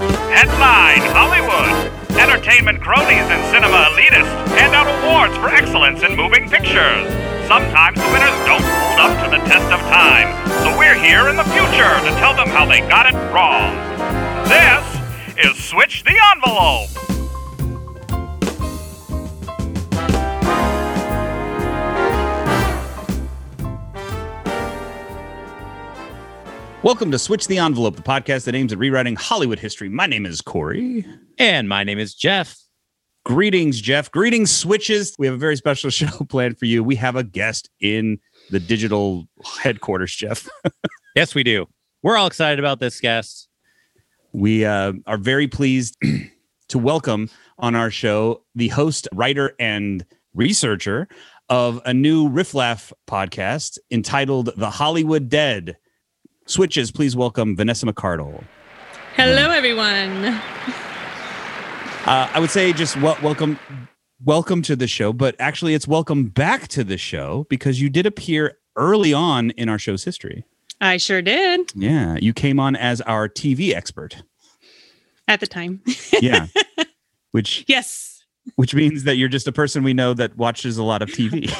Headline Hollywood. Entertainment cronies and cinema elitists hand out awards for excellence in moving pictures. Sometimes the winners don't hold up to the test of time, so we're here in the future to tell them how they got it wrong. This is Switch the Envelope. Welcome to Switch the Envelope, the podcast that aims at rewriting Hollywood history. My name is Corey. And my name is Jeff. Greetings, Jeff. Greetings, Switches. We have a very special show planned for you. We have a guest in the digital headquarters, Jeff. Yes, we do. We're all excited about this guest. We uh, are very pleased to welcome on our show the host, writer, and researcher of a new Rifflaff podcast entitled The Hollywood Dead. Switches, please welcome Vanessa McCardle. Hello, everyone. Uh, I would say just wel- welcome, welcome to the show, but actually it's welcome back to the show because you did appear early on in our show's history. I sure did Yeah, you came on as our TV expert. at the time. Yeah, which Yes. which means that you're just a person we know that watches a lot of TV.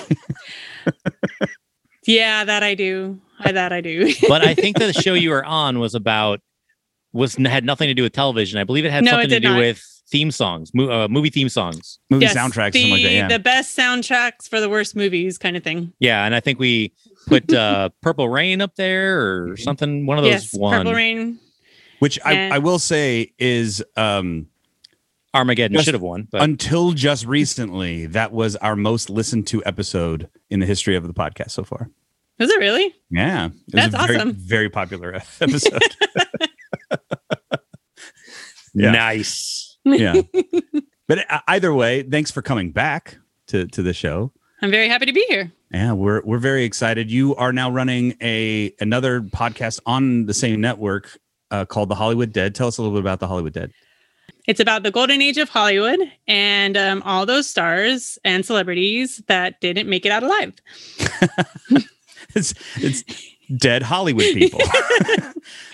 Yeah, that I do. I, that I do. But I think the show you were on was about was had nothing to do with television. I believe it had No, it something to did do not. with theme songs, mo- uh, movie theme songs. Movie Yes, soundtracks, the, something like that. Yeah. the best soundtracks for the worst movies, kind of thing. Yeah, and I think we put uh, Purple Rain up there or something. One of those yes, one Purple Rain. Which I, Yeah. I will say is um, Armageddon Just should have won, but until just recently, that was our most listened to episode in the history of the podcast so far. Was it really? Yeah. It That's was a very, awesome. Very popular episode. yeah. nice. yeah. But e- either way, thanks for coming back to, to the show. I'm very happy to be here. Yeah, we're we're very excited. You are now running a another podcast on the same network uh, called The Hollywood Dead. Tell us a little bit about The Hollywood Dead. It's about the golden age of Hollywood and um, all those stars and celebrities that didn't make it out alive. It's it's dead Hollywood people.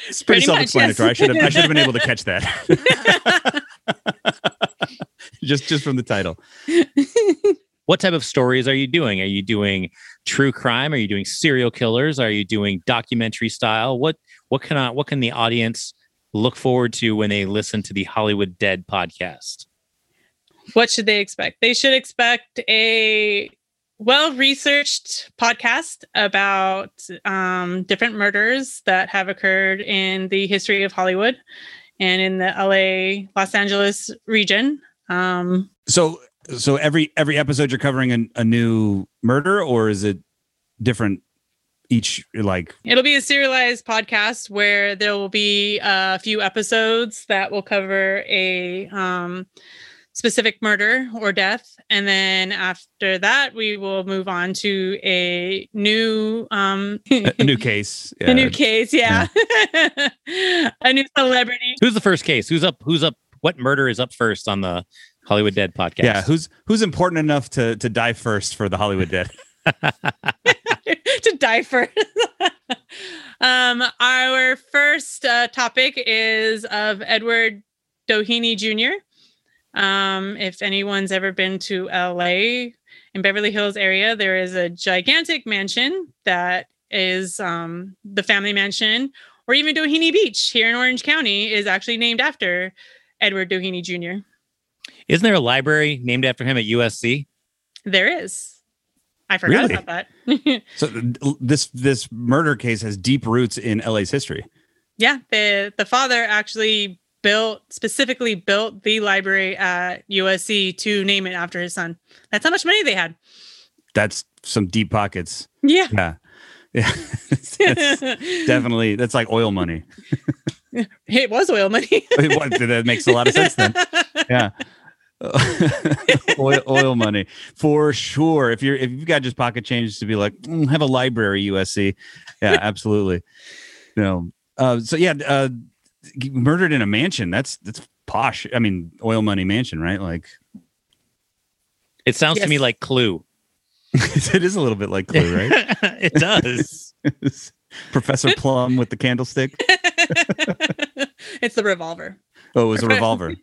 it's pretty, Pretty much, self-explanatory. yes. I should have I should have been able to catch that. just just from the title. What type of stories are you doing? Are you doing true crime? Are you doing serial killers? Are you doing documentary style? What what can I, what can the audience look forward to when they listen to the Hollywood Dead podcast? what should they expect? They should expect a well researched podcast about um, different murders that have occurred in the history of Hollywood and in the LA, Los Angeles region. Um, So so every every episode you're covering a, a new murder or is it different each like it'll be a serialized podcast where there will be a few episodes that will cover a um, specific murder or death and then after that we will move on to a new um a, a new case? A new case, yeah. a new celebrity. Who's the first case? Who's up? Who's up? What murder is up first on the Hollywood Dead podcast? Yeah, who's who's important enough to to die first for the Hollywood Dead? to die for. um, our first uh, topic is of Edward Doheny Jr. Um, if anyone's ever been to LA in Beverly Hills area, there is a gigantic mansion that is um, the family mansion, or even Doheny Beach here in Orange County is actually named after Edward Doheny Jr. Isn't there a library named after him at USC? There is. I forgot Really? about that. So th- this this murder case has deep roots in LA's history. yeah, the the father actually built specifically built the library at USC to name it after his son. That's how much money they had. That's some deep pockets. Yeah. Yeah. Yeah. It's- it's definitely that's like oil money. it was oil money. What- that makes a lot of sense then. Yeah. oil, oil money for sure. If you're if you've got just pocket change to be like "Mm, have a library USC, yeah, absolutely. You know, uh, so yeah, uh, g- murdered in a mansion. That's that's posh. I mean, oil money mansion, right? Like It sounds to me Yes. like Clue. it is a little bit like Clue, right? it does. Professor Plum with the candlestick. it's the revolver. Oh, it was a revolver.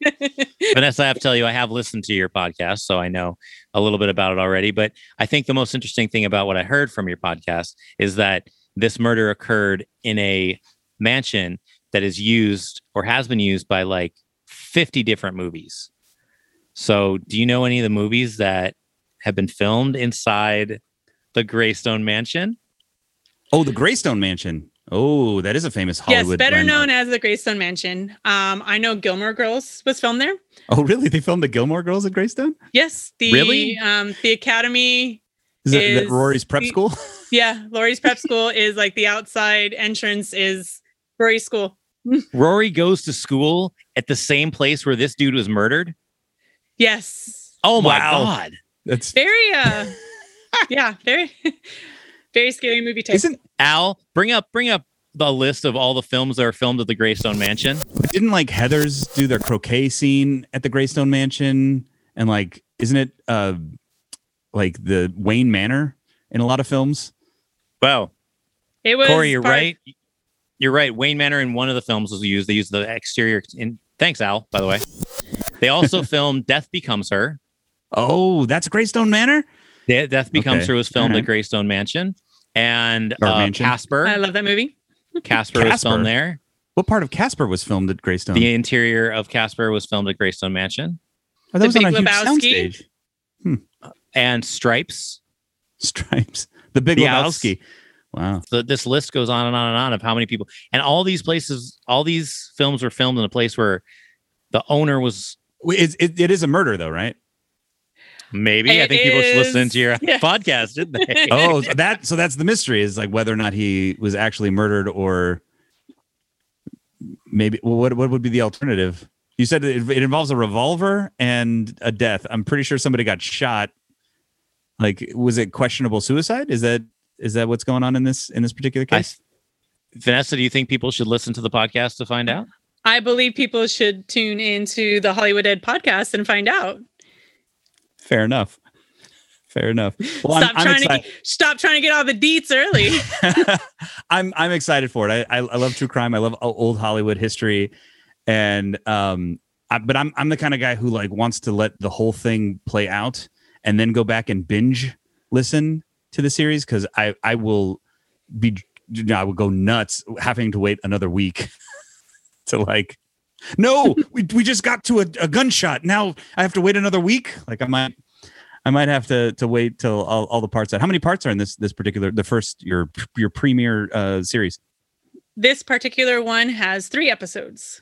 Vanessa, I have to tell you, I have listened to your podcast, so I know a little bit about it already. But I think the most interesting thing about what I heard from your podcast is that this murder occurred in a mansion that is used or has been used by like 50 different movies. So, do you know any of the movies that have been filmed inside the Greystone Mansion? Oh, the Greystone Mansion. Oh, that is a famous yes, Hollywood. better landmark. known as the Greystone Mansion. Um, I know Gilmore Girls was filmed there. Oh, really? They filmed the Gilmore Girls at Greystone? Yes, the Really? um, the Academy. Is that, that Is Rory's prep the- school? Yeah, Lori's prep school is like the outside entrance is Rory's school. Rory goes to school at the same place where this dude was murdered. Yes, Oh my Wow. god! That's very uh, yeah, very very scary movie type. isn't Al, bring up bring up the list of all the films that are filmed at the Greystone Mansion. didn't like Heather's do their croquet scene at the Greystone Mansion and like isn't it uh like the Wayne Manor in a lot of films? Wow, it was Corey, you're part- right. You're right. Wayne Manor in one of the films was used. They used the exterior. In thanks, Al. By the way, they also filmed Death Becomes Her. Oh, that's Greystone Manor? De- Death Becomes Okay. Her was filmed Alright. at Greystone Mansion, and Or uh, mansion. Casper. I love that movie. Casper, was Casper. filmed there. What part of Casper was filmed at Greystone? The interior of Casper was filmed at Greystone Mansion, oh, that The was on a Big huge Lebowski? soundstage. and Stripes. Stripes. The Big The Alps. Lebowski. Wow. the, this list goes on and on and on of how many people and all these places all these films were filmed in a place where the owner was It, it, it is a murder though, right? maybe i It think people just listened to your is- yeah. podcast didn't they Oh, that so that's the mystery is like whether or not he was actually murdered or maybe well, what what would be the alternative? You said it, it involves a revolver and a death. I'm pretty sure somebody got shot. Like, was it questionable suicide? Is that is that what's going on in this in this particular I- case? vanessa do you think people should listen to the podcast to find out I believe people should tune into the Hollywood Ed podcast and find out. Fair enough. Fair enough. Well, I'm- stop I'm, trying excited. to get, stop trying to get all the deets early. I'm I'm excited for it. I, I I love true crime. I love o- old Hollywood history, and um, I, but I'm I'm the kind of guy who like wants to let the whole thing play out and then go back and binge listen to the series because I I will be I will go nuts having to wait another week to like. No, we we just got to a, a gunshot. Now I have to wait another week. Like I might. I might have to to wait till all, all the parts out. How many parts are in this this particular the first your your premiere uh, series? this particular one has three episodes.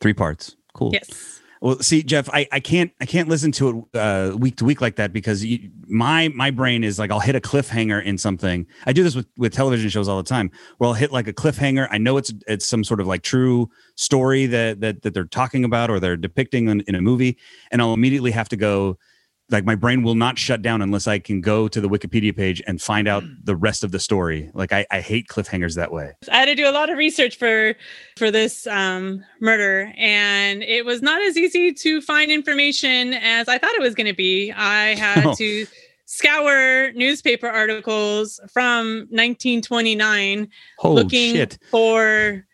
Three parts. Cool. Yes. Well, see, Jeff, I, I can't I can't listen to it uh, week to week like that because you, my my brain is like I'll hit a cliffhanger in something. I do this with with television shows all the time. Where I'll hit like a cliffhanger. I know it's it's some sort of like true story that that that they're talking about or they're depicting in, in a movie, and I'll immediately have to go. Like my brain will not shut down unless I can go to the Wikipedia page and find out the rest of the story. Like I, I hate cliffhangers that way. I had to do a lot of research for for this um, murder, and it was not as easy to find information as I thought it was going to be. I had Oh. to scour newspaper articles from 1929 Holy looking Oh, shit! for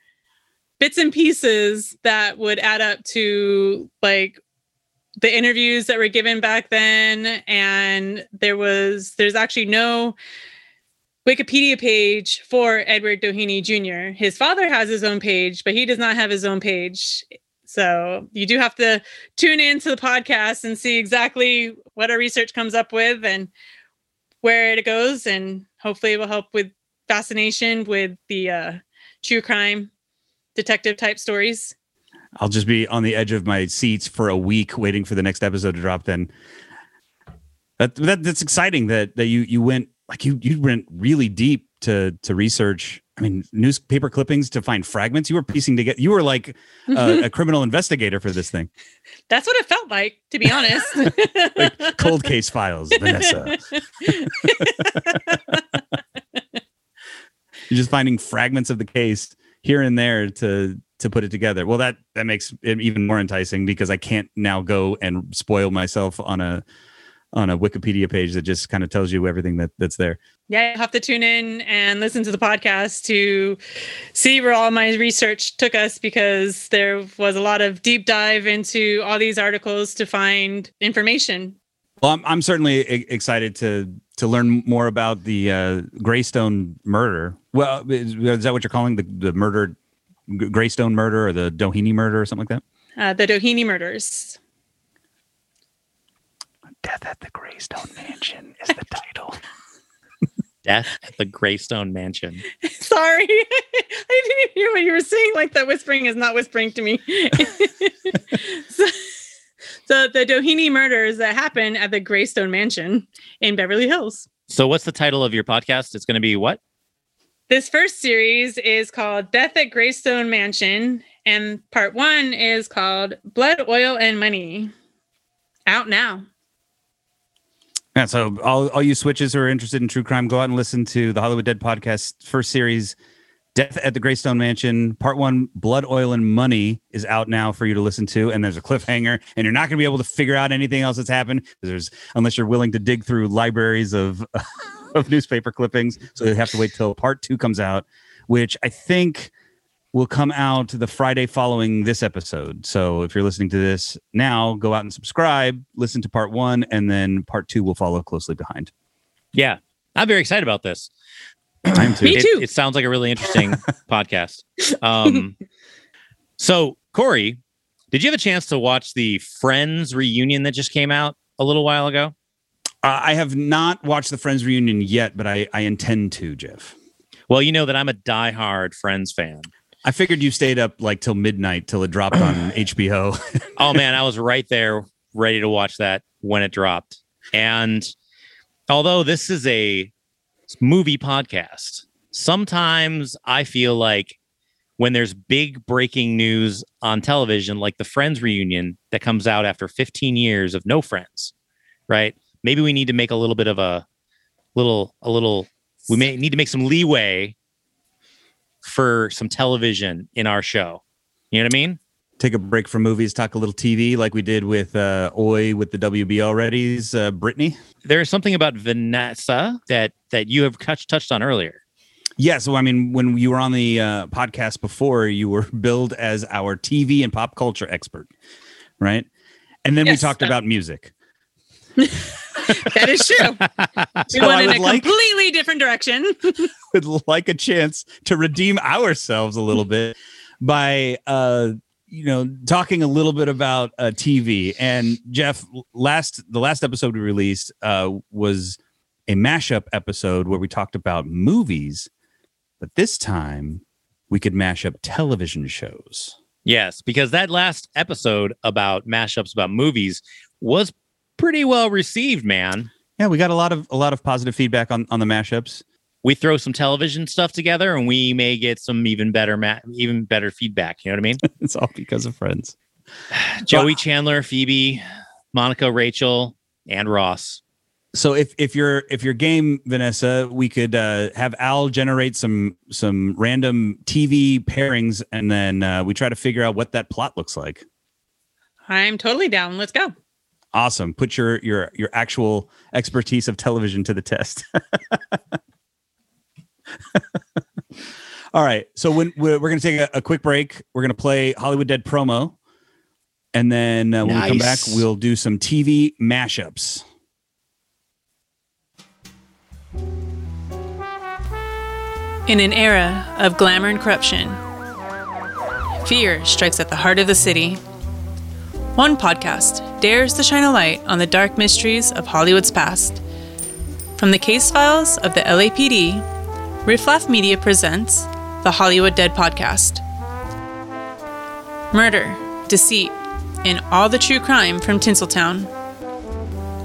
bits and pieces that would add up to like the interviews that were given back then and there was there's actually no wikipedia page for edward doheny jr his father has his own page but he does not have his own page so you do have to tune into the podcast and see exactly what our research comes up with and where it goes and hopefully it will help with fascination with the uh, true crime detective type stories. I'll just be on the edge of my seats for a week waiting for the next episode to drop then. That, that that's exciting that that you you went like you you went really deep to to research. I mean, newspaper clippings to find fragments. You were piecing together. You were like a, a criminal investigator for this thing. That's what it felt like, to be honest. Like cold case files, Vanessa. You're just finding fragments of the case here and there to to put it together. Well, that that makes it even more enticing because I can't now go and spoil myself on a on a Wikipedia page that just kind of tells you everything that that's there. Yeah, you'll have to tune in and listen to the podcast to see where all my research took us because there was a lot of deep dive into all these articles to find information. Well, I'm, I'm certainly e- excited to to learn more about the uh, Greystone murder. Well, is, is that what you're calling the the murder, G- Greystone murder, or the Doheny murder, or something like that? Uh, the Doheny murders. Death at the Greystone Mansion is the title. Death at the Greystone Mansion. Sorry, I didn't even hear what you were saying. Like that whispering is not whispering to me. so, so the Doheny murders that happened at the Greystone Mansion in Beverly Hills. So, what's the title of your podcast? It's going to be what? This first series is called Death at Greystone Mansion, and part one is called Blood, Oil, and Money. Out now. Yeah, so all, all you switches who are interested in true crime, go out and listen to the Hollywood Dead podcast first series, Death at the Greystone Mansion, part one, Blood, Oil, and Money is out now for you to listen to. And there's a cliffhanger, and you're not going to be able to figure out anything else that's happened 'cause there's unless you're willing to dig through libraries of of newspaper clippings. So you have to wait till part two comes out, which I think will come out the Friday following this episode. So if you're listening to this now, go out and subscribe, listen to part one, and then part two will follow closely behind. Yeah, I'm very excited about this. I'm too. Me It- too. It, sounds like a really interesting podcast. Um, so, Corey, did you have a chance to watch the Friends reunion that just came out a little while ago? Uh, I have not watched the Friends reunion yet, but I, I intend to, Jeff. Well, you know that I'm a diehard Friends fan. I figured you stayed up like till midnight till it dropped on HBO. oh man, I was right there ready to watch that when it dropped. And although this is a movie podcast, sometimes I feel like when there's big breaking news on television, like the Friends reunion that comes out after 15 years of no Friends, right? Maybe we need to make a little bit of a little, a little, we may need to make some leeway for some television in our show. You know what I mean? Take a break from movies, talk a little TV like we did with uh, Oi with the WB already's uh, Brittany. there is something about Vanessa that that you have touched touched on earlier. Yeah, so I mean, when you were on the uh, podcast before, you were billed as our TV and pop culture expert, right? And then Yes. we talked about music. That is true. We So went I in would a like- completely different direction. Would like a chance to redeem ourselves a little bit by, uh, you know, talking a little bit about uh, TV. And Jeff, last the last episode we released uh, was a mashup episode where we talked about movies, but this time we could mash up television shows. Yes, because that last episode about mashups about movies was pretty well received, man. Yeah, we got a lot of a lot of positive feedback on on the mashups. We throw some television stuff together and we may get some even better ma- even better feedback, you know what I mean? It's all because of friends. Joey Chandler, Phoebe, Monica, Rachel, and Ross. So if if you're if you're game, Vanessa, we could uh, have Al generate some some random TV pairings, and then uh, we try to figure out what that plot looks like. I'm totally down. Let's go. Awesome. Put your your your actual expertise of television to the test. All right. So when we're, we're going to take a, a quick break, we're going to play Hollywood Dead promo, and then uh, when we come back, Nice. we'll do some TV mashups. In an era of glamour and corruption, fear strikes at the heart of the city. One podcast dares to shine a light on the dark mysteries of Hollywood's past. From the case files of the LAPD, Rifflaff Media presents the Hollywood Dead Podcast. Murder, deceit, and all the true crime from Tinseltown.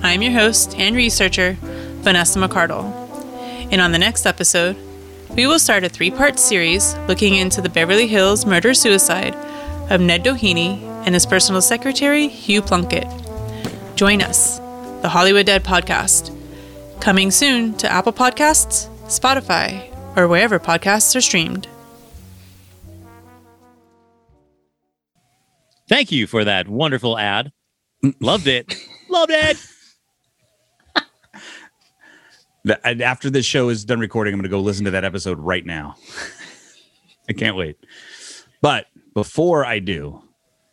I'm your host and researcher, Vanessa McCardle. And on the next episode, we will start a three part series looking into the Beverly Hills murder suicide of Ned Doheny and his personal secretary, Hugh Plunkett. Join us, the Hollywood Dead Podcast, coming soon to Apple Podcasts, Spotify, or wherever podcasts are streamed. Thank you for that wonderful ad. Loved it. Loved it. The, and after this show is done recording, I'm going to go listen to that episode right now. I can't wait. But before I do,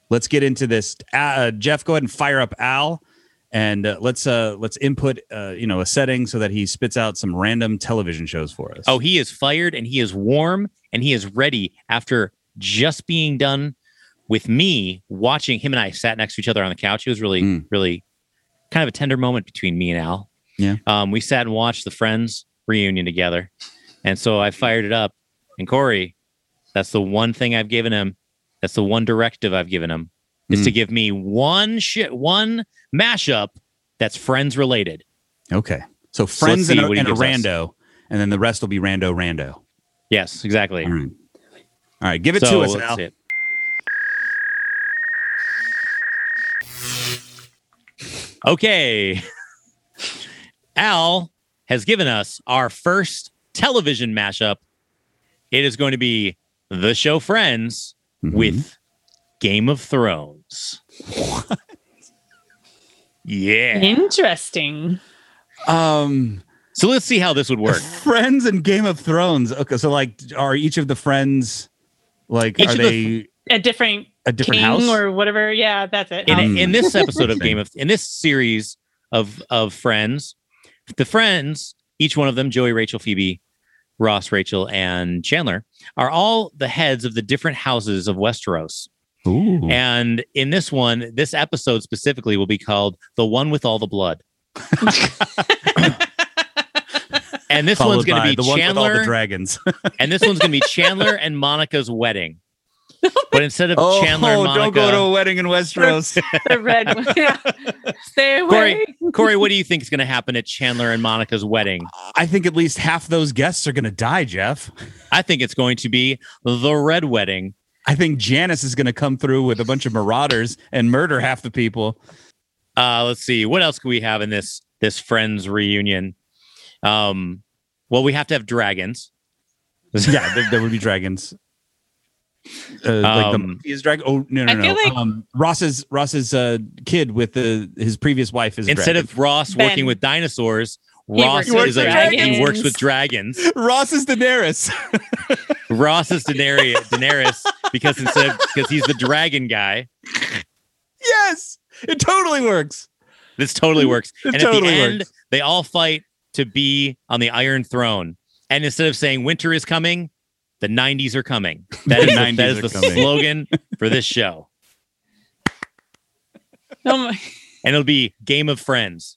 let's get into this. Uh, Jeff, go ahead and fire up Al, and uh, let's uh, let's input uh, you know a setting so that he spits out some random television shows for us. Oh, he is fired and he is warm and he is ready after just being done with me watching him and I sat next to each other on the couch. It was really, Mm. really kind of a tender moment between me and Al. Yeah. Um, we sat and watched the Friends reunion together. And so I fired it up. And Corey, that's the one thing I've given him. That's the one directive I've given him is Mm. to give me one shit, one mashup that's Friends related. okay. So friends and, see a, what he and a gives us. rando, and then the rest will be rando rando. Yes, exactly. All right. All right, give it So to us, let's Al. see it. Okay. Al has given us our first television mashup. It is going to be the show Friends Mhm. with Game of Thrones. Yeah. Interesting. um So let's see how this would work. friends and Game of Thrones. Okay, so like, are each of the friends like Each are of the- they A different, a different king house? or whatever. Yeah, that's it. in, Um, Um, in this episode of Game Interesting. of in this series of of Friends, the friends, each one of them, Joey, Rachel, Phoebe, Ross, Rachel, and Chandler, are all the heads of the different houses of Westeros. Ooh. And in this one, this episode specifically will be called "The One with All the Blood," and this Followed one's going by to be the one with all the Chandler, dragons. and this one's going to be Chandler and Monica's wedding. But instead of Chandler and Monica, Oh, don't go to a wedding in Westeros. the red one. Yeah. Stay away. Corey, Corey, what do you think is going to happen at Chandler and Monica's wedding? I think at least half those guests are going to die, Jeff. I think it's going to be the Red Wedding. I think Janice is going to come through with a bunch of marauders and murder half the people. Uh, let's see what else can we have in this this Friends reunion. Um, well, we have to have dragons. Yeah, there, there would be dragons. Uh, like the Um, Mafia's dragon. Oh no, no, I no! feel like- um, Ross's Ross's uh, kid with the his previous wife is a Instead dragon. of Ross Ben. working with dinosaurs, He Ross works is with a dragons. he works with dragons. Ross is Daenerys. Ross is Daenerys, Daenerys because instead of because he's the dragon guy. yes, it totally works. This totally works. It and totally at the end, works. they all fight to be on the Iron Throne. And instead of saying winter is coming, the 90s are coming. That The is the, 90s that is are the coming. slogan for this show. Oh my. And it'll be Game of Friends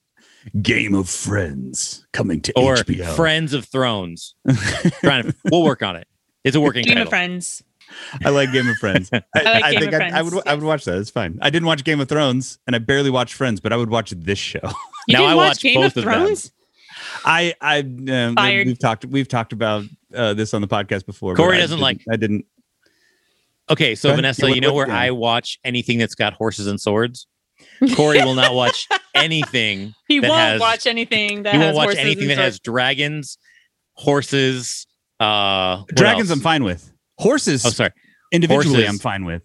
Game of Friends coming to or HBO. Friends of Thrones. Trying to, we'll work on it. It's a working Game title. of Friends. I like Game of Friends. I, like I Game think of I, I would Friends, I would watch that. It's fine. I didn't watch Game of Thrones and I barely watched Friends, but I would watch this show. You Now didn't I watch watched Game both of of them. Thrones? I I um, Fired. we've talked we've talked about uh, this on the podcast before. but Corey I doesn't didn't- like- I didn't. Okay, so Go ahead. Vanessa, Yeah, what- you know what- where yeah. I watch anything that's got horses and swords? Corey will not watch anything. He that won't has- watch anything that he has won't watch horses anything and that has dragons, horses, uh what Dragons. else? I'm fine with horses. Oh, sorry. individually, Horses. I'm fine with.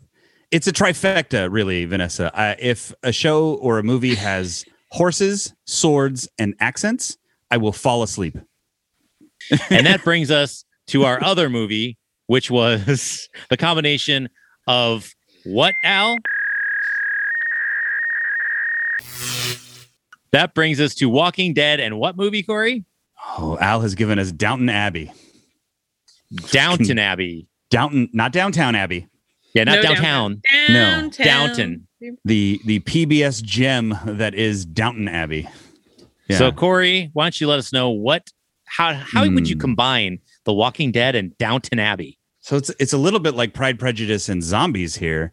It's a trifecta, really, Vanessa. Uh, if a show or a movie has horses, swords, and accents, I will fall asleep. and that brings us to our other movie, which was the combination of what, Al? That brings us to Walking Dead and what movie, Corey? Oh, Al has given us Downton Abbey. Downton Abbey. Downton, not downtown Abbey. Yeah, not No, downtown. Downtown. Downton. The the PBS gem that is Downton Abbey. Yeah. So, Corey, why don't you let us know what, how, how would you Hmm. combine The Walking Dead and Downton Abbey? So it's it's a little bit like Pride, Prejudice, and Zombies here,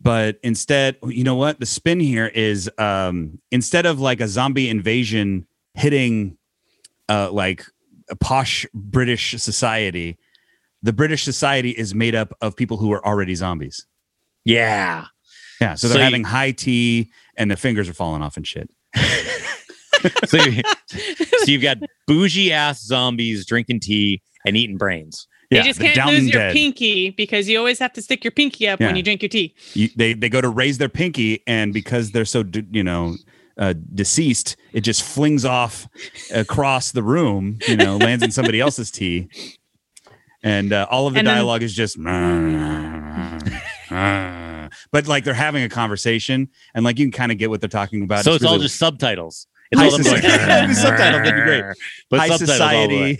but instead, you know what? The spin here is um, instead of like a zombie invasion hitting uh, like a posh British society, the British society is made up of people who are already zombies. Yeah. Yeah, so So they're you- having high tea, and their fingers are falling off and shit. So, you- so you've got bougie ass zombies drinking tea and eating brains. You Yeah, just the can't Downton lose your Dead. pinky because you always have to stick your pinky up Yeah. when you drink your tea. You, they they go to raise their pinky, and because they're so d- you know uh, deceased, it just flings off across the room, you know, lands in somebody else's tea. And uh, all of the And then- dialogue is just, but like they're having a conversation and like you can kind of get what they're talking about. so it's all really- just subtitles. It's High all them going, society. That'd be subtitles, that'd be great. But high subtitles all the way.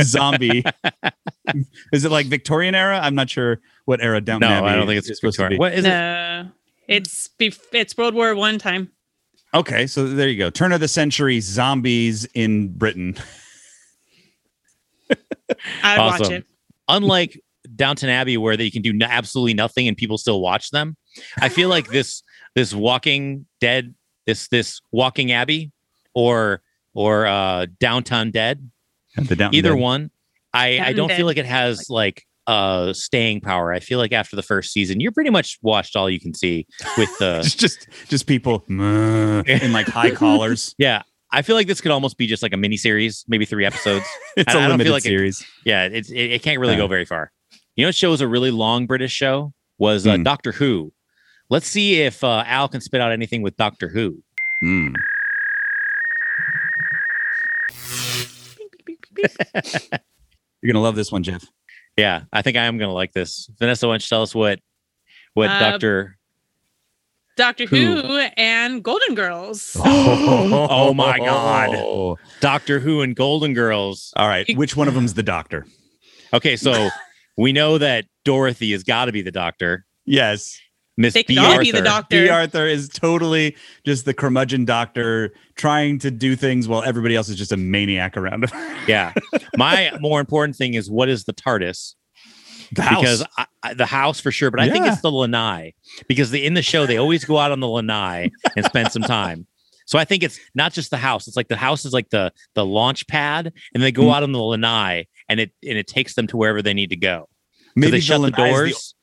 society zombie. is it like Victorian era? I'm not sure what era down. No, I don't think it's supposed to Victorian. be. What is it? no, it's bef- it's World War One time. Okay, so there you go. Turn of the century zombies in Britain. I'd watch Awesome. it. Unlike Downton Abbey, where they can do no- absolutely nothing and people still watch them, I feel like this this Walking Dead, this this Walking Abbey, or or uh, Downtown Dead, The down, either the- one i i Haven't don't been. feel like it has like uh staying power i feel like after the first season you're pretty much watched all you can see with the It's just just people "Meh," in like high collars. yeah i feel like this could almost be just like a mini series maybe three episodes It's I- a I don't limited feel like it- series. yeah it's it, it can't really Yeah. go very far you know what show was a really long british show was uh, Hmm. doctor who let's see if uh, al can spit out anything with doctor who Mm. You're gonna love this one, Jeff. yeah i think i am gonna like this vanessa why don't you tell us what what Uh, doctor Doctor Who? Who and Golden Girls. Oh, my God. All doctor who and golden girls right, which one of them's the doctor? Okay, so we know that Dorothy has got to be the doctor. Yes. Miss They could B. all Arthur. be the doctor. B. Arthur is totally just the curmudgeon doctor trying to do things while everybody else is just a maniac around him. Yeah. My more important thing is what is the TARDIS? The house. Because I, I, the house for sure, but I think Yeah. it's the lanai because the, in the show they always go out on the lanai and spend some time. So I think it's not just the house. It's like the house is like the the launch pad, and they go Mhm. out on the lanai, and it and it takes them to wherever they need to go. So maybe they shut the lanai is doors.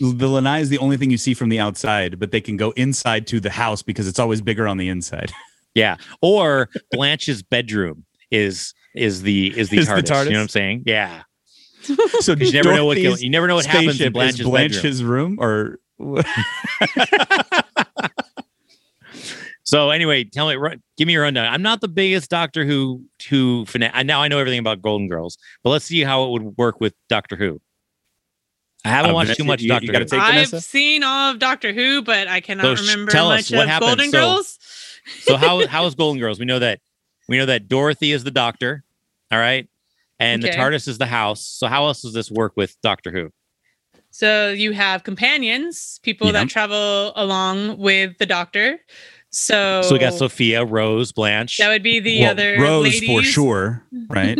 The, the lanai is the only thing you see from the outside, but they can go inside to the house because it's always bigger on the inside. Yeah. Or Blanche's bedroom is is the is the, Is the TARDIS, You know TARDIS. what I'm saying? Yeah. So You never know what Dorothy's you never know what happens spaceship in Blanche's, is bedroom. Blanche's room, or So anyway, tell me, run, give me your rundown. I'm not the biggest Doctor Who Who fanatic. I now I know everything about Golden Girls, but let's see how it would work with Doctor Who. I haven't Uh, watched Vanessa, too much you- you Doctor gotta Who. take- I've Vanessa? seen all of Doctor Who, but I cannot So sh- remember tell much us, what of happened? Golden So- Girls. so how how is Golden Girls? We know that we know that Dorothy is the Doctor, all right, and Okay. the TARDIS is the house. So how else does this work with Doctor Who? So you have companions, people Yeah. that travel along with the Doctor. So, So we got Sophia, Rose, Blanche. Oh. that would be the Well, other Rose ladies. for sure, right?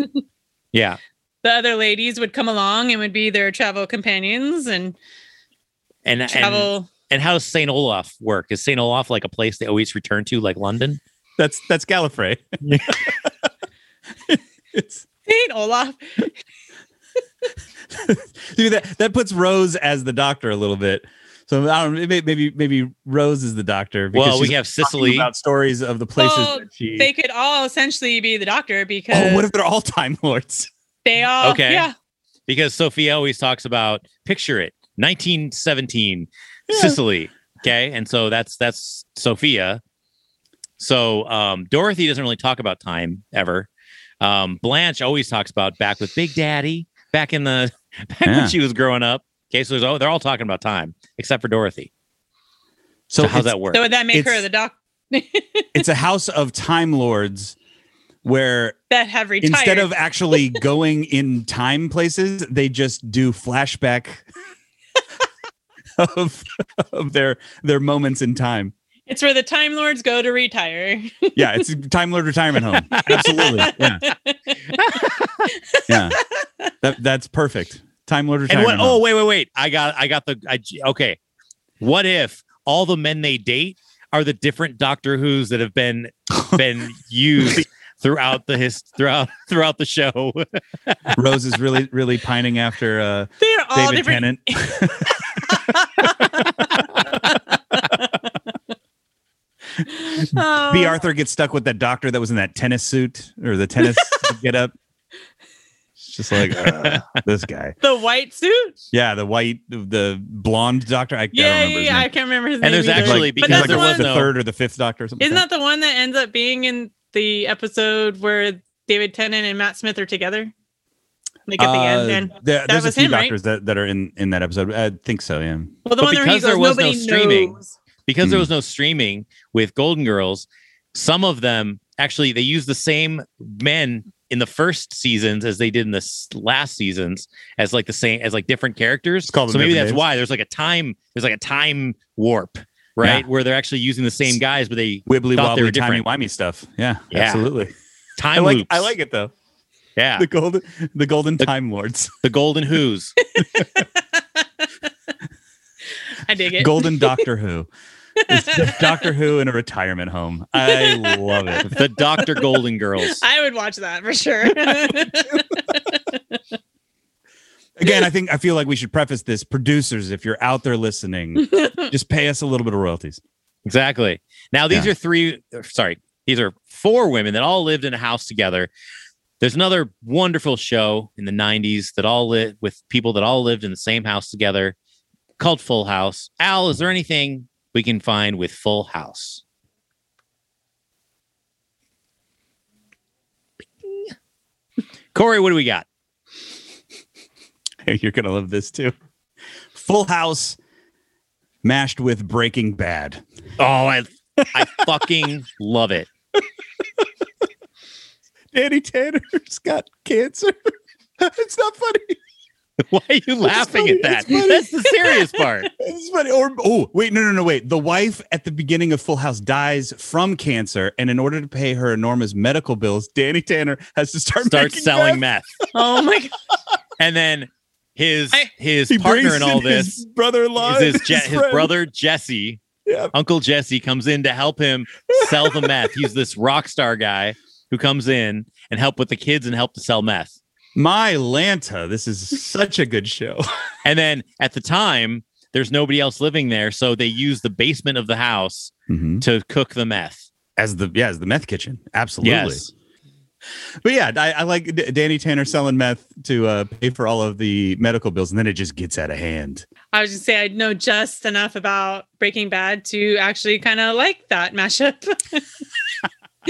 yeah, The other ladies would come along and would be their travel companions and and and, travel. and how does Saint Olaf work? Is Saint Olaf like a place they always return to, like London? that's that's Gallifrey. Yeah. it's Saint Olaf. Dude, that that puts Rose as the doctor a little bit. So I don't maybe maybe, maybe Rose is the doctor. Well, we she's have talking Sicily. about stories of the places Well, that she. They could all essentially be the Doctor Oh, because oh, what if they're all time lords? they all. Okay. Yeah. because Sophia always talks about picture it 1917 Yeah. Sicily. Okay, and so that's that's Sophia. So um, Dorothy doesn't really talk about time ever. Um, Blanche always talks about back with Big Daddy back in the back Yeah. when she was growing up. Okay, so there's all, they're all talking about time except for Dorothy. So, how's it's- that work? So would that make her It's- the Doctor It's a house of time lords where that have retired? instead of actually going in time places, they just do flashback of of their their moments in time. it's where the Time Lords go to retire. Yeah, it's a Time Lord retirement home. Absolutely. Yeah. yeah. That, that's perfect. Time Lord and retirement what? Oh, home. wait, wait, wait! I got I got the I, okay. What if all the men they date are the different Doctor Who's that have been been used throughout the his throughout throughout the show. Rose is really, really pining after uh, They're all David different. Tennant. Oh. B. Arthur gets stuck with that doctor that was in that tennis suit or the tennis get up. just like uh, this guy. The white suit. Yeah, the white, the blonde doctor. I, I Yeah, don't yeah, remember yeah. I his name. can't remember his And name. there's either. actually- but He's that's like the the, one. the no- third or the fifth doctor or something. Isn't that the one that ends up being in the episode where David Tennant and Matt Smith are together? Like at the end. And Uh, there- there's a was few him, right? doctors that, that are in in that episode. I think so. Yeah. well, the but one where he because goes, there was no nobody streaming, knows. because there Mhm. was no streaming with Golden Girls, some of them actually they used the same men in the first seasons as they did in the s- last seasons as like the same as like different characters. Just call them So maybe different that's names. why there's like a time there's like a time warp, right? Where they're actually using the same guys, but they Wibbly Thought they were wobbly, timey wimey stuff. Yeah, Yeah. absolutely. I time like loops. I like it though. yeah, The golden the golden The- time lords, the Golden Who's. I dig it. golden Doctor Who. It's just Doctor Who in a retirement home. I love it. the Doctor Golden Girls. I would watch that for sure. Again, I think I feel like we should preface this. Producers, if you're out there listening, just pay us a little bit of royalties. Exactly. Now these are three. uh, Sorry, these are four women that all lived in a house together. There's another wonderful show in the '90s that all lit with people that all lived in the same house together, called Full House. Al, is there anything we can find with Full House? Corey, what do we got? You're gonna love this too. Full House, mashed with Breaking Bad. Oh, I I fucking love it. Danny Tanner's got cancer. it's not funny. Why are you laughing funny, at that? it's funny. That's the serious part. It's funny. Or oh wait, no, no, no, wait. The wife at the beginning of Full House dies from cancer, and in order to pay her enormous medical bills, Danny Tanner has to start Start making selling meth. meth. oh my god. and then his I- his He partner brings in all his this brother-in-law, is and his, Je- his friend. brother Jesse. Yeah. Uncle Jesse comes in to help him sell the meth. He's this rock star guy who comes in and help with the kids and help to sell meth. My Lanta, this is such a good show. And then at the time, there's nobody else living there, so they use the basement of the house to cook the meth. As the yeah, as the meth kitchen, absolutely. Yes. But yeah, I, I like D- Danny Tanner selling meth to uh, pay for all of the medical bills, and then it just gets out of hand. I was just say I know just enough about Breaking Bad to actually kind of like that mashup.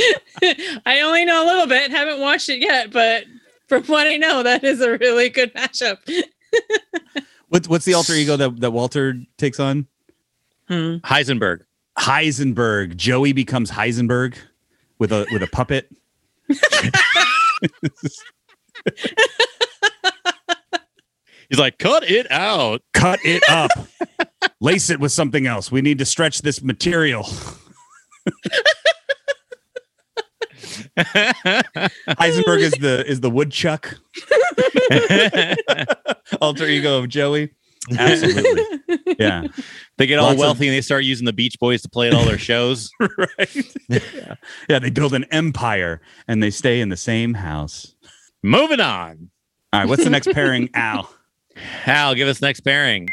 I only know a little bit, haven't watched it yet, but from what I know, that is a really good mashup. What's what's the alter ego that, that Walter takes on? Hmm. Heisenberg. Heisenberg. Joey becomes Heisenberg with a with a puppet. He's like, cut it out. Cut it up. Lace it with something else. We need to stretch this material. Heisenberg is the is the woodchuck alter ego of Joey. Absolutely. Yeah. They get all Lots of- wealthy and they start using the Beach Boys to play at all their shows. Right. Yeah. yeah, they build an empire and they stay in the same house. Moving on. All right, what's the next pairing, Al? Al, give us next pairing.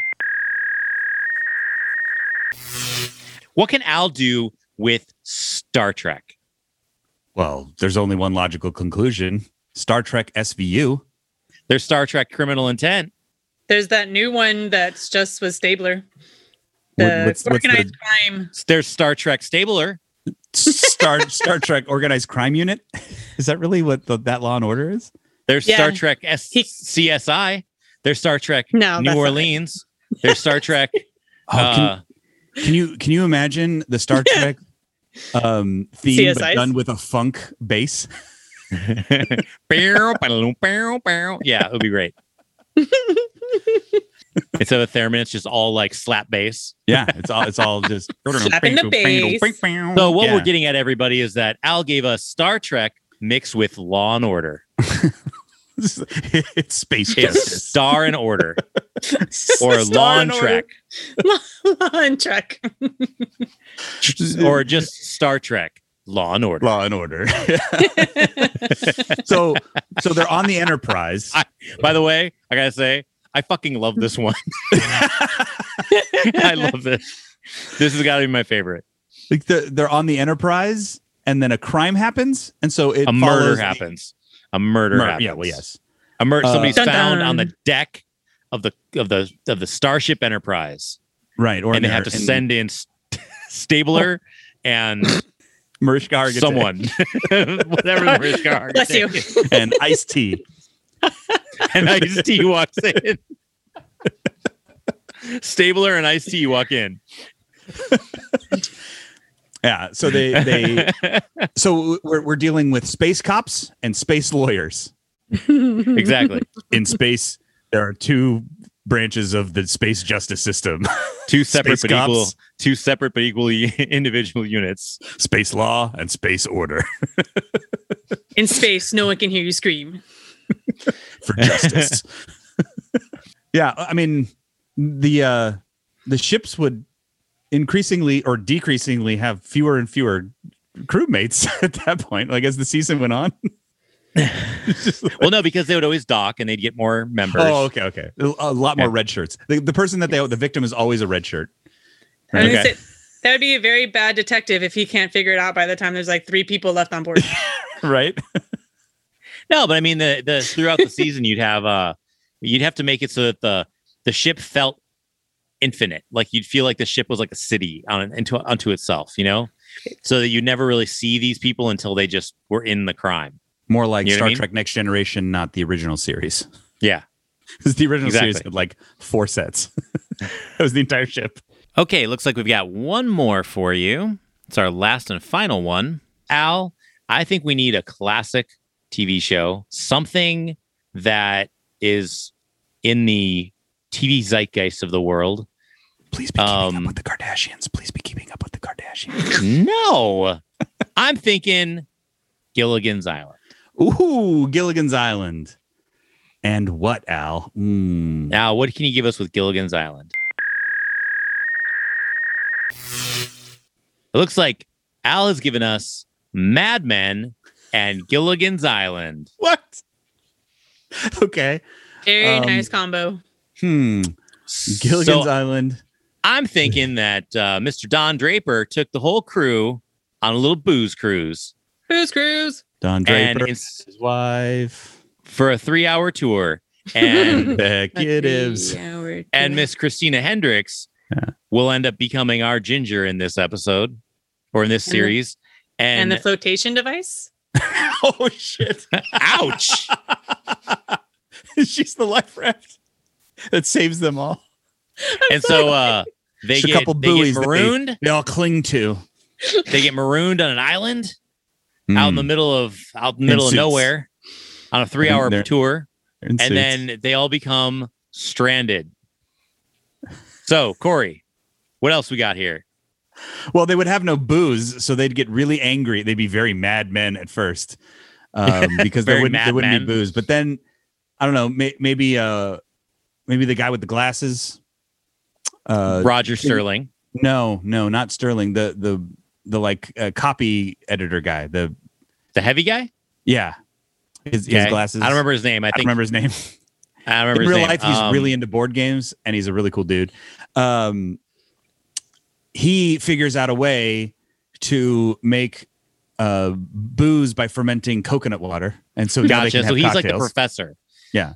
What can Al do with Star Trek? Well, there's only one logical conclusion. Star Trek SVU. There's Star Trek Criminal Intent. There's that new one that's just with What- Stabler. The what's- what's the- organized crime. There's Star Trek Stabler. Star Star Trek Organized Crime Unit. Is that really what the, that Law and Order is? There's Yeah. Star Trek S- He- CSI. There's Star Trek No, New that's not it. Orleans. There's Star Trek. Oh, can, Uh, can you can you imagine the Star Trek um, theme but CSIs? done with a funk bass? Bow, ba-da-loom, bow, bow. yeah, it would be great. Instead of a theremin, it's just all like slap bass. Yeah, it's all it's all just Slapping the bass. So what Yeah. we're getting at, everybody, is that Al gave us Star Trek mixed with Law and Order. it's space It's justice. Star and Order or Law and Trek on track. or just Star Trek Law and Order. Law and Order. so so they're on the Enterprise. By the way, I gotta say, I fucking love this one. I love this. This has got to be my favorite. Like they're, they're on the Enterprise, and then a crime happens, and so it A murder follows the- happens. A murder Mur- happens. Yeah, well, yes. Emer- Uh, somebody's Dun, found dun. on the deck of the of the of the Starship Enterprise, right? Or and they in have there- to and send in st- Stabler and Mariska Hargitay someone, whatever Mariska Hargitay Bless you. is. and Ice Tea. and Ice T walks in. Stabler and Ice T walk in. Yeah, so they they so we're we're dealing with space cops and space lawyers. exactly. In space, there are two branches of the space justice system: Two separate Space but equal, cops. two separate but equally individual units. space law and space order In space, no one can hear you scream. for justice. yeah, I mean the uh the ships would increasingly or decreasingly have fewer and fewer crewmates at that point like as the season went on Well, no, because they would always dock and they'd get more members. oh okay okay a a lot more red shirts the, the person that they the victim is always a red shirt I was gonna Okay. say, that would be a very bad detective if he can't figure it out by the time there's like three people left on board. right No, but I mean the the throughout the season you'd have uh you'd have to make it so that the the ship felt infinite. Like you'd feel like the ship was like a city on into unto itself, you know? So that you never really see these people until they just were in the crime. More like You know what Star I mean? Trek Next Generation, not the original series. Yeah. 'Cause the original series Exactly. had like four sets. that was the entire ship. Okay, looks like we've got one more for you. It's our last and final one. Al, I think we need a classic TV show, something that is in the TV zeitgeist of the world. Please be keeping Um, up with the Kardashians. Please be keeping up with the Kardashians. no, I'm thinking Gilligan's Island. Ooh, Gilligan's Island. And what, Al? Mm. Now, what can you give us with Gilligan's Island? It looks like Al has given us Mad Men and Gilligan's Island. What? Okay. Very Um, nice combo. Hmm. Gilligan's so Island. I'm thinking that uh, Mr. Don Draper took the whole crew on a little booze cruise Who's Cruz? Don and Draper. ins- his wife. for a three-hour tour, and Executives. Yeah, we're- and Miss Christina Hendricks will end up becoming our ginger in this episode or in this And the- series. And, and the flotation device. oh, shit. ouch! She's the life raft that saves them all. and so uh, they Just a get couple they get buoys that they- marooned. They all cling to. They get marooned on an island Hmm. out in the middle of out in the In middle of suits. nowhere on a three-hour they're- tour. and and then they all become stranded. So, Corey, what else we got here? well, they would have no booze, so they'd get really angry. They'd be very mad men at first um, because there Very wouldn't, mad there wouldn't men. be booze. But then I don't know, may, maybe uh, maybe the guy with the glasses. Uh, Roger Sterling. No, no, not Sterling. The the the like uh, copy editor guy. The The heavy guy? yeah, his, his Okay. glasses. I don't remember his name. I I think don't remember his name. I don't remember in his real name. life he's Um, really into board games and he's a really cool dude um he figures out a way to make uh booze by fermenting coconut water and so now they gotcha. can have So he's like the cocktails professor. Yeah.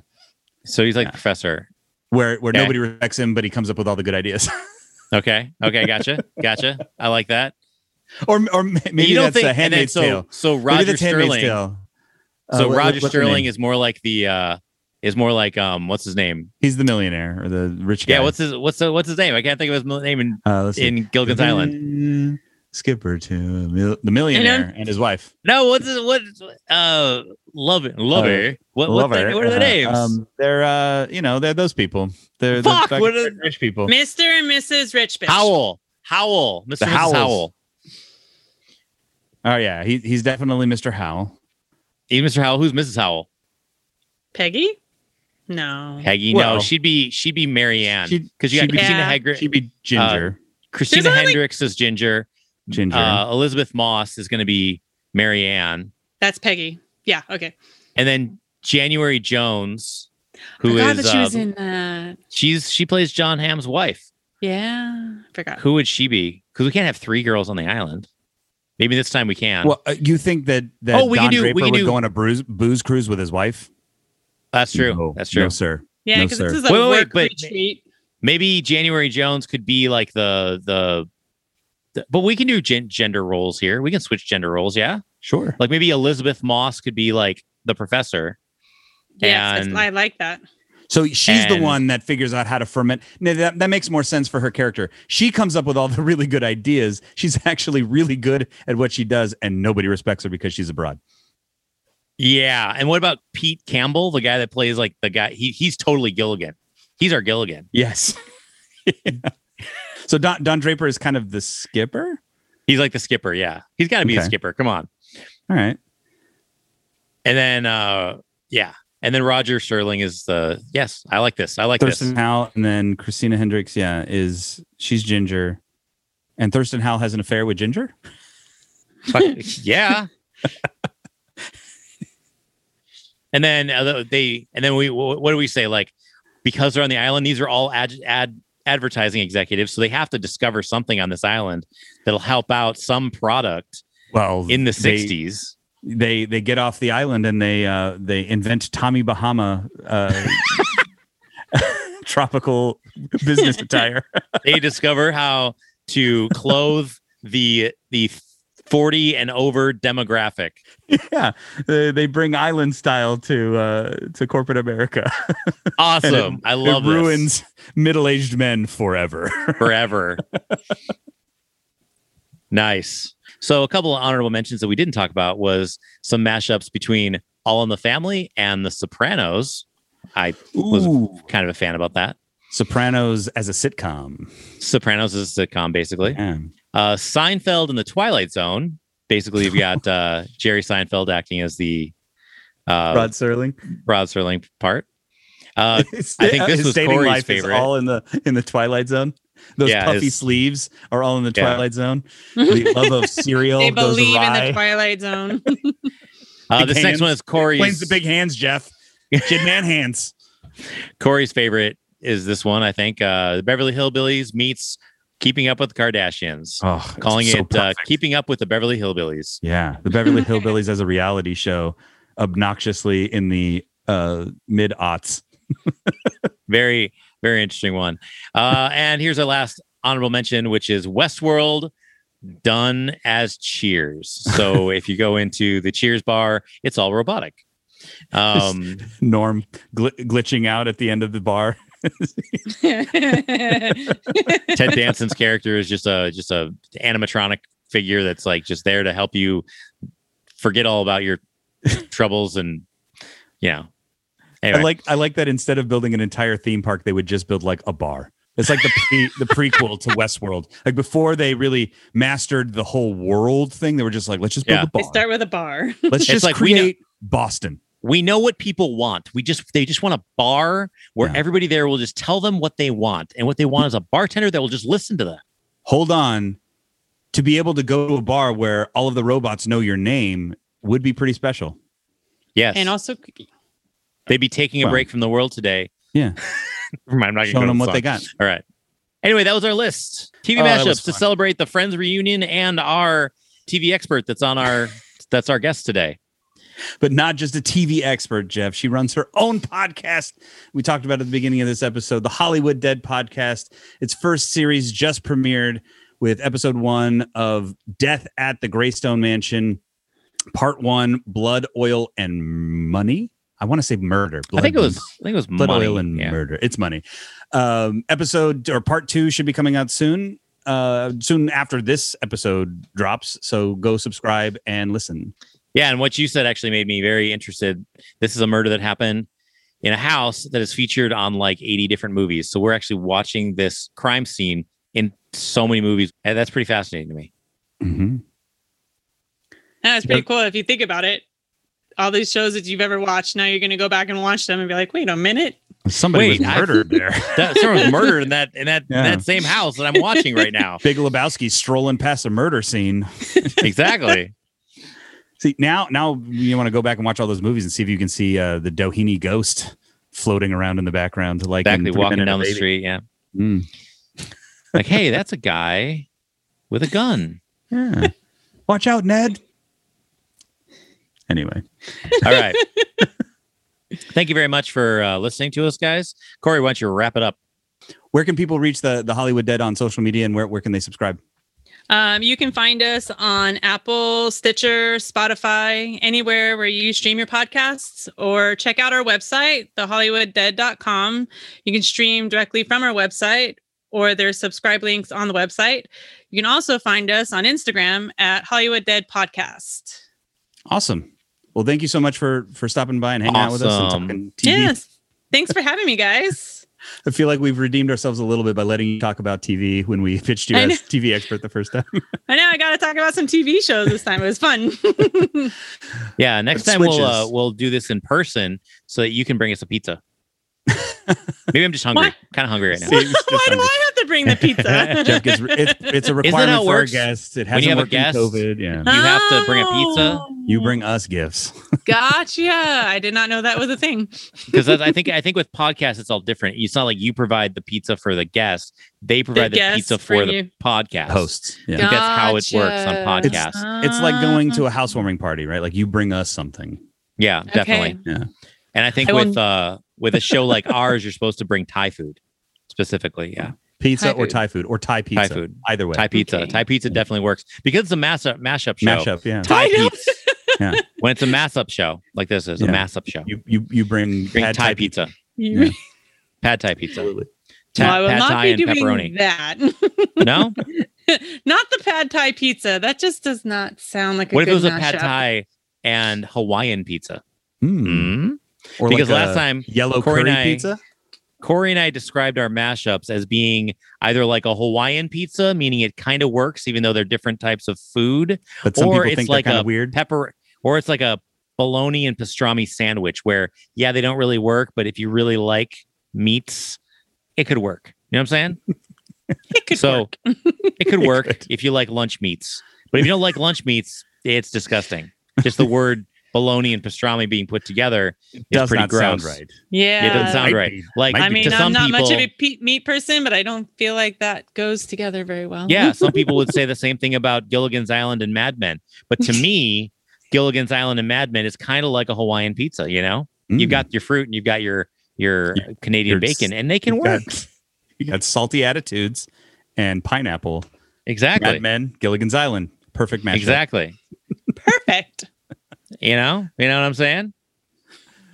So he's like Yeah. the professor. where where Okay. nobody respects him but he comes up with all the good ideas Okay. Okay. Gotcha. gotcha. I like that. or or ma- maybe you don't that's think a and then handmaid's so tale so maybe Roger that's Handmaid's Sterling. Tale. Uh, So what- Roger what's her Sterling name? is more like the uh is more like um what's his name? he's the millionaire or the rich guy Yeah, what's his what's the, what's his name? I can't think of his name in, uh let's see. in Gilligan's Island. skipper to a mil- the millionaire and his wife No, what's his, what? Uh, love it, love it. What, what, Oh, Lover. the, what are the Uh, names? Um, they're uh, you know, they're those people. They're the Fuck, fucking what are- rich people. Mr. and Mrs. Rich Bitch. Howell, Howell, Mr. The and Mrs. Howells. Howell. Oh yeah, he, he's definitely Mr. Howell. Even Mr. Howell, who's Mrs. Howell? Peggy? No. Peggy. no, Well- she'd be she'd be Marianne She'd- because you got she'd be- Christina Yeah. Hegri- She'd be Ginger. Christina There's only- Hendricks is Ginger. Ginger. Uh, Elizabeth Moss is going to be Marianne, That's Peggy. Yeah, okay. and then January Jones, who forgot is that she was uh, in that. she's she plays John Hamm's wife. Yeah. Forgot. Who would she be? Because we can't have three girls on the island. Maybe this time we can. well, uh, you think that that Oh, we can Don do- we Draper can would do- go on a bruise, booze cruise with his wife? That's true. No, That's true. No, sir. Yeah, No, because sir. this is a Wait, wait, wait, work but- retreat. Maybe January Jones could be like the the, the but we can do gen- gender roles here. We can switch gender roles, yeah? Sure. Like maybe Elizabeth Moss could be like the professor. Yes, and- I I like that. So she's the And- one that figures out how to ferment. Now, that, that makes more sense for her character. She comes up with all the really good ideas. She's actually really good at what she does, and nobody respects her because she's abroad. Yeah. And what about Pete Campbell, the guy that plays like the guy he he's totally Gilligan. He's our Gilligan. Yes. So Don, Don Draper is kind of the skipper. He's like the skipper, yeah. He's gotta be the Okay. skipper. Come on. All right. And then uh yeah. And then Roger Sterling is the yes, I like this. I like Thurston this. Howell and then Christina Hendricks. Yeah, is she's Ginger, and Thurston Howell has an affair with Ginger. Fuck- yeah. and then uh, they and then we wh- what do we say like because they're on the island these are all ad, ad advertising executives so they have to discover something on this island that'll help out some product Well, in the they- 60s. they they get off the island and they uh they invent Tommy Bahama uh tropical business attire. they discover how to clothe the the 40 and over demographic. yeah. They, they bring island style to uh to corporate America. And Awesome. I love it this. ruins middle-aged men forever. forever. nice. So a couple of honorable mentions that we didn't talk about was some mashups between All in the Family and The Sopranos. I was Ooh. kind of a fan about that. Sopranos as a sitcom. Sopranos is a sitcom, basically. Yeah. Uh, Seinfeld and The Twilight Zone. Basically, you've got uh, Jerry Seinfeld acting as the uh, Rod Serling. Rod Serling part. Uh, His- I think this his was dating Corey's life favorite. Is all in the in the Twilight Zone. Those Yeah, puffy his- sleeves are all in the Yeah. Twilight Zone. The love of cereal They goes believe in awry. the Twilight Zone. uh, Big this next hands. one is Corey's. Explains the big hands, Jeff. Kid man hands. Corey's favorite is this one, I think. Uh, the Beverly Hillbillies meets Keeping Up with the Kardashians, Oh, calling it uh, Keeping Up with the Beverly Hillbillies. yeah, the Beverly Hillbillies as a reality show, obnoxiously in the uh, mid aughts. Very, very interesting one. Uh, and here's our last honorable mention, which is Westworld done as Cheers. So if you go into the Cheers bar, it's all robotic. Um, Norm gl- glitching out at the end of the bar. Ted Danson's character is just a just a animatronic figure that's like just there to help you forget all about your troubles and you know. Anyway, I like I like that instead of building an entire theme park, they would just build like a bar. It's like the pre- the prequel to Westworld. Like before they really mastered the whole world thing, they were just like, let's just build Yeah. a they bar. start with a bar. let's just like we know- create Boston. we know what people want. We just they just want a bar where Yeah. everybody there will just tell them what they want, and what they want is a bartender that will just listen to them. hold on to be able to go to a bar where all of the robots know your name would be pretty special Yes, And also, cookie. they'd be taking a Well. break from the world today. Yeah. I'm not gonna go showing to them the what they song. got All right. Anyway, that was our list. TV Oh, that was mashups to fun. celebrate the Friends reunion and our TV expert that's on our that's our guest today. but not just a tv expert jeff she runs her own podcast we talked about at the beginning of this episode the hollywood dead podcast its first series just premiered with episode one of death at the greystone mansion part one blood oil and money i want to say murder I think it Blood- was I think it was blood money. oil and Yeah. murder it's money um episode or part two should be coming out soon uh soon after this episode drops so go subscribe and listen Yeah, and what you said actually made me very interested. This is a murder that happened in a house that is featured on like 80 different movies. So we're actually watching this crime scene in so many movies. And that's pretty fascinating to me. Mm-hmm. that's pretty cool if you think about it. All these shows that you've ever watched, now you're going to go back and watch them and be like, wait a minute. somebody Wait, was I- murdered there That someone was murdered in that in that Yeah. that same house that I'm watching right now. big lebowski strolling past a murder scene exactly. see now now you want to go back and watch all those movies and see if you can see uh the doheny ghost floating around in the background like in Exactly. Three Men Walking and a down the Baby. street. Yeah. Mm. Like, hey, that's a guy with a gun. yeah. watch out ned anyway All right. Thank you very much for uh, listening to us, guys. Corey, why don't you wrap it up? Where can people reach the, the Hollywood Dead on social media and where, where can they subscribe? Um, you can find us on Apple, Stitcher, Spotify, anywhere where you stream your podcasts, or check out our website, thehollywooddead.com. You can stream directly from our website, or there's subscribe links on the website. You can also find us on Instagram at Hollywood Dead Podcast. Awesome. Well, thank you so much for for stopping by and hanging out with us Awesome. and talking TV. Yes. Thanks for having me, guys. I feel like we've redeemed ourselves a little bit by letting you talk about TV when we pitched you I know. as TV expert the first time. I know I got to talk about some TV shows this time. It was fun. Yeah, next Let's time we'll switch uh, this. we'll do this in person so that you can bring us a pizza. Maybe I'm just hungry. What? Kind of hungry right now. See, Why it's just do under- I have to bring the pizza? Jeff gets- it's, it's a it requirement how it for our works? guests. It When hasn't you have a worked in guest, COVID. Yeah. you have to bring a pizza? Oh. You bring us gifts. Gotcha. I did not know that was a thing. Because I think I think with podcasts it's all different. It's not like you provide the pizza for the guest; they provide the, guests pizza bring for the you. podcast Hosts. Yeah. I think that's how it works on Gotcha. podcasts. It's like going to a housewarming party, right? Like you bring us something. Yeah, Okay. definitely. And I think I with will- uh with a show like ours, you're supposed to bring Thai food specifically. Yeah, Pizza Thai or food. Thai food or Thai pizza. Thai food, Either way. Thai pizza. Okay. Thai pizza definitely works because it's a mass up mashup show. Mashup. Yeah. Thai I know. pizza. Yeah. When it's a mass up show like this is Yeah. a mass up show. You you you bring, Bring pad Thai, pizza, You- Yeah. pad Thai pizza, Absolutely. Ta- Well, I will pad not Thai be and doing pepperoni. that. No, not the pad thai pizza. That just does not sound like a what if good it was a mashup. pad Thai and Hawaiian pizza? Hmm. Mm. Or Because like last a time yellow Corey curry and I- pizza. Corey and I described our mashups as being either like a Hawaiian pizza, meaning it kind of works, even though they're different types of food, But some or people it's think like they're kind a of weird. pepper, or it's like a bologna and pastrami sandwich, where yeah, they don't really work, but if you really like meats, it could work. You know what I'm saying? It could so work. it could It work could. if you like lunch meats, but if you don't like lunch meats, it's disgusting. Just the word bologna and pastrami being put together is Does pretty not gross. sound right. yeah. It doesn't sound Might right. be- Like might I be mean, to I'm some not people, much of a pe- meat person, but I don't feel like that goes together very well. Yeah, some people would say the same thing about Gilligan's Island and Mad Men, but to me, Gilligan's Island and Mad Men is kind of like a Hawaiian pizza. You know, you've Mm. got your fruit and you've got your your Your- Canadian your s- bacon, and they can you work Hmm. got- you got salty attitudes and pineapple. exactly, Mad Men, Gilligan's Island, perfect match. exactly. Perfect. You know, you know what I'm saying.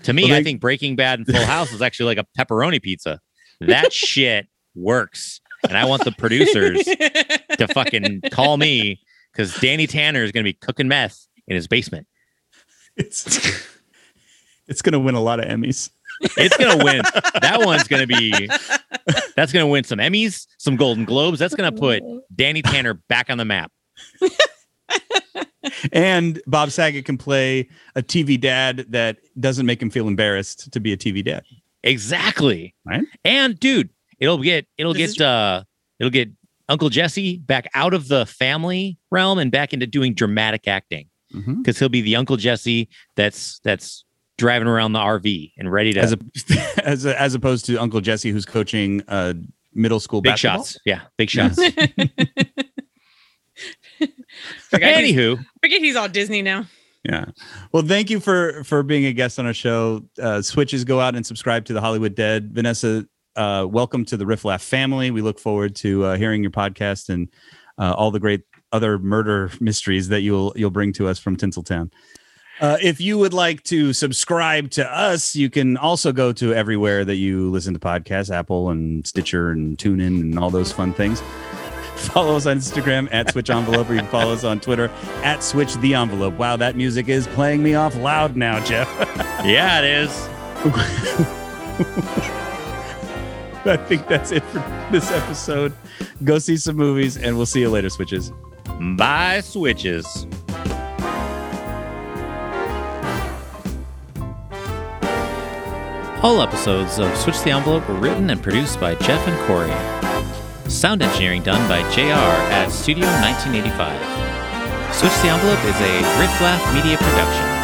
To me, Well, I they- think Breaking Bad and Full House is actually like a pepperoni pizza. That shit works, and I want the producers to fucking call me because Danny Tanner is going to be cooking meth in his basement. It's, it's gonna win a lot of Emmys. It's gonna win. that one's gonna be. That's gonna win some Emmys, some Golden Globes. That's gonna put Danny Tanner back on the map. And Bob Saget can play a TV dad that doesn't make him feel embarrassed to be a TV dad. Exactly. Right. And dude, it'll get it'll This get uh it'll get Uncle Jesse back out of the family realm and back into doing dramatic acting Mhm. because he'll be the Uncle Jesse that's that's driving around the RV and ready to As a, as a, as opposed to Uncle Jesse, who's coaching uh, middle school big basketball. shots. Yeah, big shots. Forget he's, Anywho, forget he's all Disney now. Yeah. Well, thank you for for being a guest on our show. Uh, Switches go out and subscribe to the Hollywood Dead. Vanessa, uh, welcome to the Riff Laugh family. We look forward to uh, hearing your podcast and uh, all the great other murder mysteries that you'll you'll bring to us from Tinseltown. Uh, if you would like to subscribe to us, you can also go to everywhere that you listen to podcasts, Apple and Stitcher and TuneIn and all those fun things. Follow us on Instagram at Switch Envelope, or you can follow us on Twitter at Switch the Envelope. Wow, that music is playing me off loud now, Jeff. yeah, it is. I think that's it for this episode. Go see some movies, and we'll see you later, Switches. Bye, switches. All episodes of Switch the Envelope were written and produced by Jeff and Corey. Sound engineering done by JR at Studio 1985. Switch the Envelope is a Riff Laugh Media production.